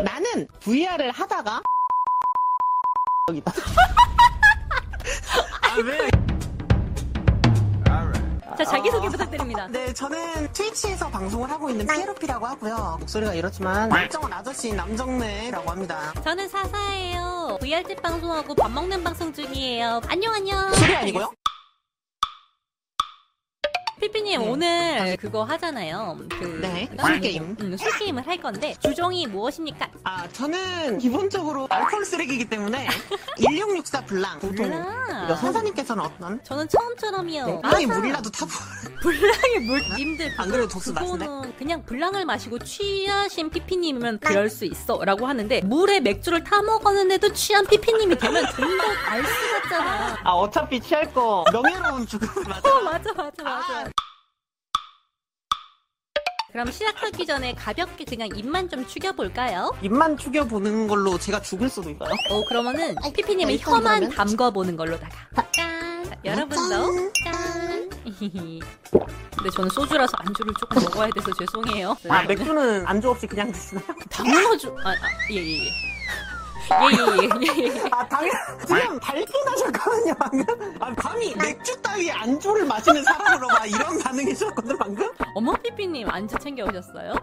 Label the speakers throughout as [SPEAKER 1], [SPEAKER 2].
[SPEAKER 1] 나는 VR을 하다가 여기다.
[SPEAKER 2] 아, 왜?
[SPEAKER 3] 자, 자기소개 부탁드립니다.
[SPEAKER 1] 네, 저는 트위치에서 방송을 하고 있는 피에로피라고 하고요. 목소리가 이렇지만 일정한 아저씨인 남정래라고 합니다.
[SPEAKER 3] 저는 사사예요. VR집 방송하고 밥 먹는 방송 중이에요. 안녕, 안녕.
[SPEAKER 1] 소리 아니고요?
[SPEAKER 3] 피피님, 오늘 그거 하잖아요.
[SPEAKER 1] 아,
[SPEAKER 3] 그.
[SPEAKER 1] 네,
[SPEAKER 3] 술
[SPEAKER 1] 술게임.
[SPEAKER 3] 음, 술게임을 할 건데, 주종이 무엇입니까?
[SPEAKER 1] 아, 저는 기본적으로 알코올 쓰레기이기 때문에 1664 블랑 보통
[SPEAKER 3] 블랑.
[SPEAKER 1] 이거 선사님께서는 어떤?
[SPEAKER 3] 저는 처음처럼이요.
[SPEAKER 1] 아니
[SPEAKER 3] 맞아.
[SPEAKER 1] 물이라도 타보.
[SPEAKER 3] 불량의 물. 님들,
[SPEAKER 1] 안 그래도 독수 났네.
[SPEAKER 3] 그거는 그냥 불량을 마시고 취하신 피피님이면 그럴 수 있어. 라고 하는데, 물에 맥주를 타먹었는데도 취한 피피님이 되면 좀더 알수 같잖아.
[SPEAKER 1] 아 어차피 취할 거 명예로운 죽음을 맞아.
[SPEAKER 3] 어, 맞아, 맞아, 맞아. 그럼 시작하기 전에 가볍게 그냥 입만 좀 축여볼까요?
[SPEAKER 1] 입만 축여 보는 걸로 제가 죽을 수도 있어요.
[SPEAKER 3] 오, 그러면은 피피님은
[SPEAKER 1] 일단
[SPEAKER 3] 혀만
[SPEAKER 1] 그러면-
[SPEAKER 3] 담궈보는 걸로다가.
[SPEAKER 1] 아,
[SPEAKER 3] 짠! 자, 여러분도 짠! 근데 저는 소주라서 안주를 조금 먹어야 돼서 죄송해요.
[SPEAKER 1] 아 맥주는 안주 없이 그냥 드시나요?
[SPEAKER 3] 당연하죠. 아, 아, 예, 예, 예. 예, 예, 예, 예, 예.
[SPEAKER 1] 아 당연 지금 밝긴 하셨거든요 방금. 아 감히 맥주 따위에 안주를 마시는 사람으로 막 이런 반응이셨거든 방금.
[SPEAKER 3] 어머, 피피님 안주 챙겨오셨어요?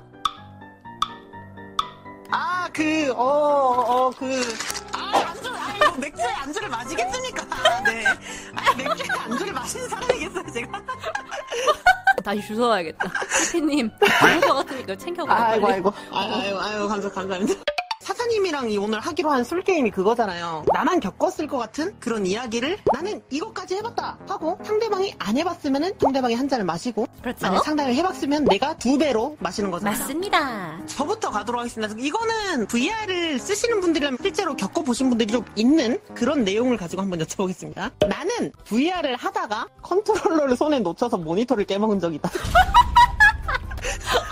[SPEAKER 1] 아 그 어 어 그. 아 안주 아 이거 맥주에 안주를 마시겠습니까? 아, 네. 아 맥주에 안주를 마시는 사람이겠어요 제가.
[SPEAKER 3] 다시 주워와야겠다. 피피님, 먹을 것 같으니까 챙겨보세요.
[SPEAKER 1] 아이고 아이고 아이고 아이고 감사 감사합니다. 사사님이랑 이 오늘 하기로 한 술 게임이 그거잖아요. 나만 겪었을 것 같은 그런 이야기를 나는 이것까지 해봤다 하고 상대방이 안 해봤으면은 상대방이 한 잔을 마시고
[SPEAKER 3] 그렇죠?
[SPEAKER 1] 만약 상대방이 해봤으면 내가 두 배로 마시는 거잖아요.
[SPEAKER 3] 맞습니다.
[SPEAKER 1] 저부터 가도록 하겠습니다. 이거는 VR을 쓰시는 분들이라면 실제로 겪어보신 분들이 좀 있는 그런 내용을 가지고 한번 여쭤보겠습니다. 나는 VR을 하다가 컨트롤러를 손에 놓쳐서 모니터를 깨먹은 적이 있다.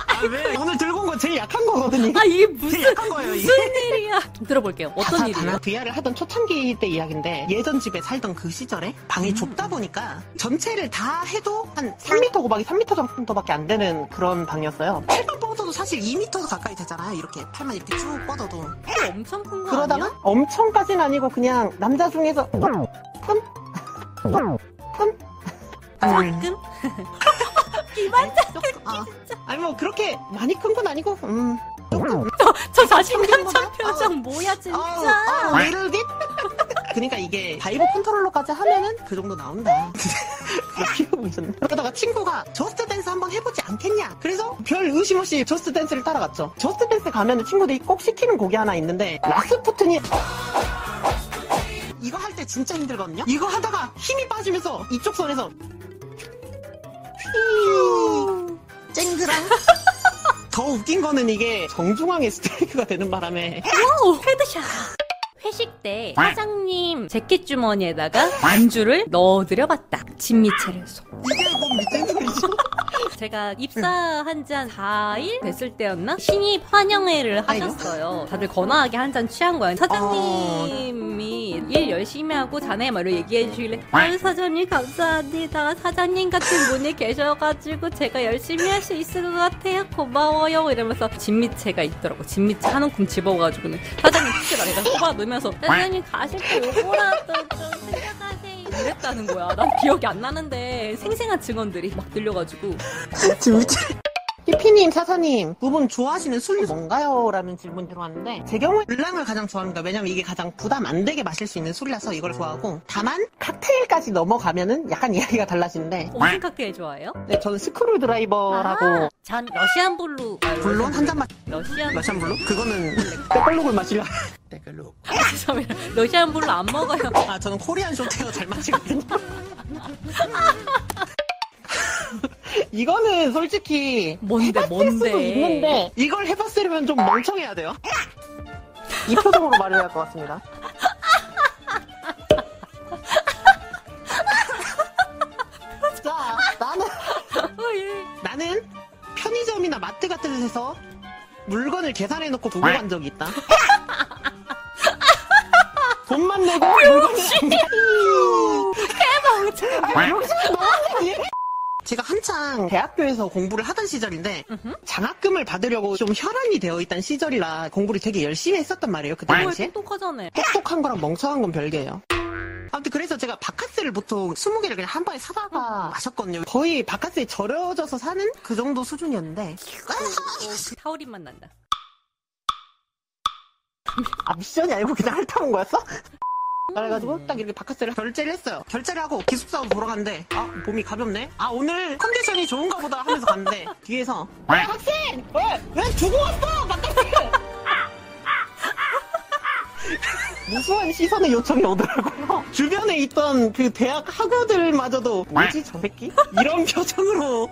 [SPEAKER 1] 아, 왜? 오늘 들고 온 거 제일 약한 거거든요.
[SPEAKER 3] 아, 이게 무슨.
[SPEAKER 1] 약한 거예요, 이게.
[SPEAKER 3] 무슨 일이야? 들어볼게요. 어떤 일이에요?
[SPEAKER 1] VR을 하던 초창기 때 이야기인데 예전 집에 살던 그 시절에 방이 좁다 보니까 전체를 다 해도 한 3m 곱하기 3m 정도밖에 안 되는 그런 방이었어요. 팔만 뻗어도 사실 2m 가까이 되잖아요. 이렇게 팔만 이렇게 쭉 뻗어도
[SPEAKER 3] 또 엄청 큰 거
[SPEAKER 1] 그러다가
[SPEAKER 3] 아니야?
[SPEAKER 1] 엄청까지는 아니고 그냥 남자 중에서 음? 끔? 끔? 음.
[SPEAKER 3] 가끔?
[SPEAKER 1] 아, 아니 뭐 그렇게 많이 큰 건 아니고 음.
[SPEAKER 3] 저 자신감 찬
[SPEAKER 1] 어.
[SPEAKER 3] 표정 뭐야 진짜?
[SPEAKER 1] 아우, 아우, little bit. 그러니까 이게 바이브 컨트롤러까지 하면은 그 정도 나온다. 웃기셨네. 그러다가 친구가 저스트 댄스 한번 해보지 않겠냐. 그래서 별 의심 없이 저스트 댄스를 따라갔죠. 저스트 댄스 가면은 친구들이 꼭 시키는 곡이 하나 있는데 라스푸틴이 이거 할 때 진짜 힘들거든요. 이거 하다가 힘이 빠지면서 이쪽 손에서 쨍그랑 더 웃긴 거는 이게 정중앙에 스트라이크가 되는 바람에
[SPEAKER 3] 와우 어, 헤드샷. 회식 때 사장님 재킷 주머니에다가 안주를 넣어드려봤다. 진미채를 속.
[SPEAKER 1] 이게 뭔 미친 소리죠?
[SPEAKER 3] 제가 입사한 지 한 4일 됐을 때였나? 신입 환영회를
[SPEAKER 1] 아이고.
[SPEAKER 3] 하셨어요. 다들 거나하게 한 잔 취한 거예요. 사장님이 일 열심히 하고 자네 말로 얘기해 주길래 아유 사장님 감사합니다. 사장님 같은 분이 계셔가지고 제가 열심히 할 수 있을 것 같아요. 고마워요. 이러면서 진미채가 있더라고. 진미채 한 움큼 집어가지고는 사장님 진짜 말해서 뽑아 놓으면서 사장님 가실 때 요거라도 좀 챙겨가세요. 이랬다는 거야. 난 기억이 안 나는데 생생한 증언들이 막 들려가지고
[SPEAKER 1] 히피님, 사사님, 두 분 좋아하시는 술이 뭔가요? 라는 질문이 들어왔는데, 제 경우에 블랑을 가장 좋아합니다. 왜냐면 이게 가장 부담 안 되게 마실 수 있는 술이라서 이걸 좋아하고, 다만, 칵테일까지 넘어가면은 약간 이야기가 달라지는데,
[SPEAKER 3] 어떤 칵테일 좋아해요?
[SPEAKER 1] 네, 저는 스크류 드라이버라고,
[SPEAKER 3] 아, 전 러시안 블루. 아,
[SPEAKER 1] 물론 한 잔 마시,
[SPEAKER 3] 러시안 블루.
[SPEAKER 1] 러시안 블루? 그거는, 빼걸룩을 마시려. 빼걸룩.
[SPEAKER 3] 아, 죄송해요. 러시안 블루 안 먹어요.
[SPEAKER 1] 아, 저는 코리안 쇼테어 잘 마시거든요. 이거는 솔직히
[SPEAKER 3] 뭔데
[SPEAKER 1] 쓸 수도
[SPEAKER 3] 뭔데?
[SPEAKER 1] 있는데 이걸 해봤으면 좀 멍청해야 돼요. 이 표정으로 말해야 할 것 같습니다. 자, 나는
[SPEAKER 3] 어, 예.
[SPEAKER 1] 나는 편의점이나 마트 같은 데서 물건을 계산해 놓고 두고 간 적이 있다. 돈만 내고 물건을 안 가.
[SPEAKER 3] 개망쳐.
[SPEAKER 1] 아, 욕심이 너무 많네. 제가 한창 대학교에서 공부를 하던 시절인데 장학금을 받으려고 좀 혈안이 되어 있던 시절이라 공부를 되게 열심히 했었단 말이에요. 그
[SPEAKER 3] 정말
[SPEAKER 1] 당시에.
[SPEAKER 3] 똑똑하잖아요.
[SPEAKER 1] 똑똑한 거랑 멍청한 건 별개예요. 아무튼 그래서 제가 바카스를 보통 20개를 그냥 한 번에 사다가 마셨거든요. 거의 바카스에 절여져서 사는 그 정도 수준이었는데
[SPEAKER 3] 타오린맛 난다.
[SPEAKER 1] 아 미션이 아니고 그냥 핥아본 거였어? 그래가지고 딱 이렇게 바카스를 결제를 했어요. 결제를 하고 기숙사로 돌아갔는데 아 몸이 가볍네. 아 오늘 컨디션이 좋은가 보다 하면서 갔는데 뒤에서
[SPEAKER 2] quack,
[SPEAKER 1] 왜 두고 왔어 바카스? 무수한 시선의 요청이 오더라고요. 주변에 있던 그 대학 학우들마저도 뭐지 저 새끼? 이런 표정으로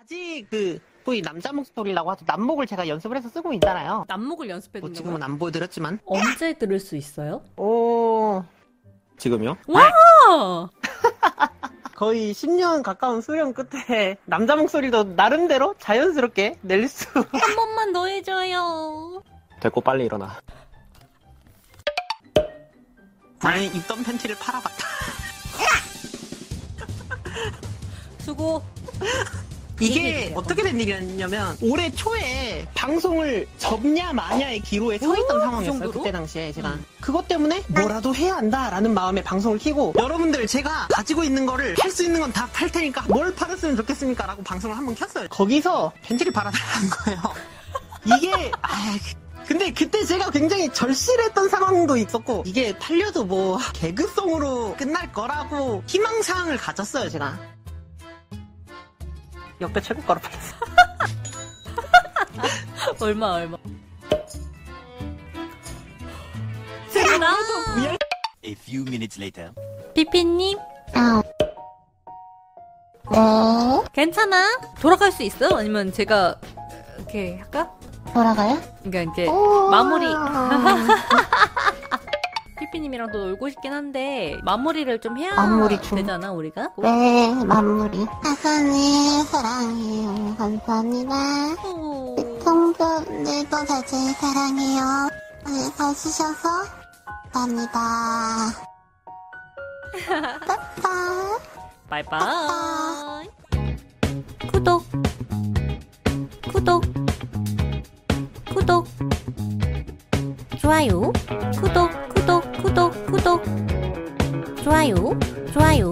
[SPEAKER 1] 아직 그 소위 남자 목소리라고 하죠. 남목을 제가 연습을 해서 쓰고 있잖아요.
[SPEAKER 3] 남목을 연습해
[SPEAKER 1] 뭐
[SPEAKER 3] 둔다고.
[SPEAKER 1] 지금은 안 보여드렸지만
[SPEAKER 3] 언제 들을 수 있어요?
[SPEAKER 1] 오 지금요?
[SPEAKER 3] 와!
[SPEAKER 1] 거의 10년 가까운 수련 끝에 남자 목소리도 나름대로 자연스럽게 낼 수.
[SPEAKER 3] 한 번만 더 해줘요.
[SPEAKER 1] 됐고 빨리 일어나. 아니 입던 팬티를 팔아봤다.
[SPEAKER 3] 수고.
[SPEAKER 1] 이게 어떻게 된 일이었냐면 올해 초에 방송을 접냐 마냐의 기로에 서 있던
[SPEAKER 3] 오, 그
[SPEAKER 1] 상황이었어요.
[SPEAKER 3] 정도로?
[SPEAKER 1] 그때 당시에 제가 그것 때문에 뭐라도 해야 한다라는 마음에 방송을 키고 여러분들 제가 가지고 있는 거를 팔 수 있는 건 다 팔 테니까 뭘 팔았으면 좋겠습니까라고 방송을 한번 켰어요. 거기서 벤티를 팔아달라는 거예요. 이게 아 근데 그때 제가 굉장히 절실했던 상황도 있었고 이게 팔려도 뭐 개그송으로 끝날 거라고 희망사항을 가졌어요 제가 역대 최고가로 팔렸어요.
[SPEAKER 3] 얼마, 얼마. 수고다.
[SPEAKER 4] A few minutes later.
[SPEAKER 3] 피피님,
[SPEAKER 2] 아. 네,
[SPEAKER 3] 괜찮아? 돌아갈 수 있어? 아니면 제가, 이렇게 할까?
[SPEAKER 2] 돌아가요?
[SPEAKER 3] 그러니까 이제
[SPEAKER 2] 오.
[SPEAKER 3] 마무리. 피피님이랑도 놀고 싶긴 한데, 마무리를 좀 해야
[SPEAKER 2] 마무리 좀.
[SPEAKER 3] 되잖아, 우리가?
[SPEAKER 2] 네, 마무리. 아가님, 사랑해요. 감사합니다.
[SPEAKER 3] 네. 오.
[SPEAKER 2] 동료들도 다들 사랑해요. 네, 잘 주셔서 감사합니다. 빠빠.
[SPEAKER 3] 바이바이. 구독. 구독. 구독. 좋아요. 구독, 구독, 구독, 구독. 좋아요. 좋아요.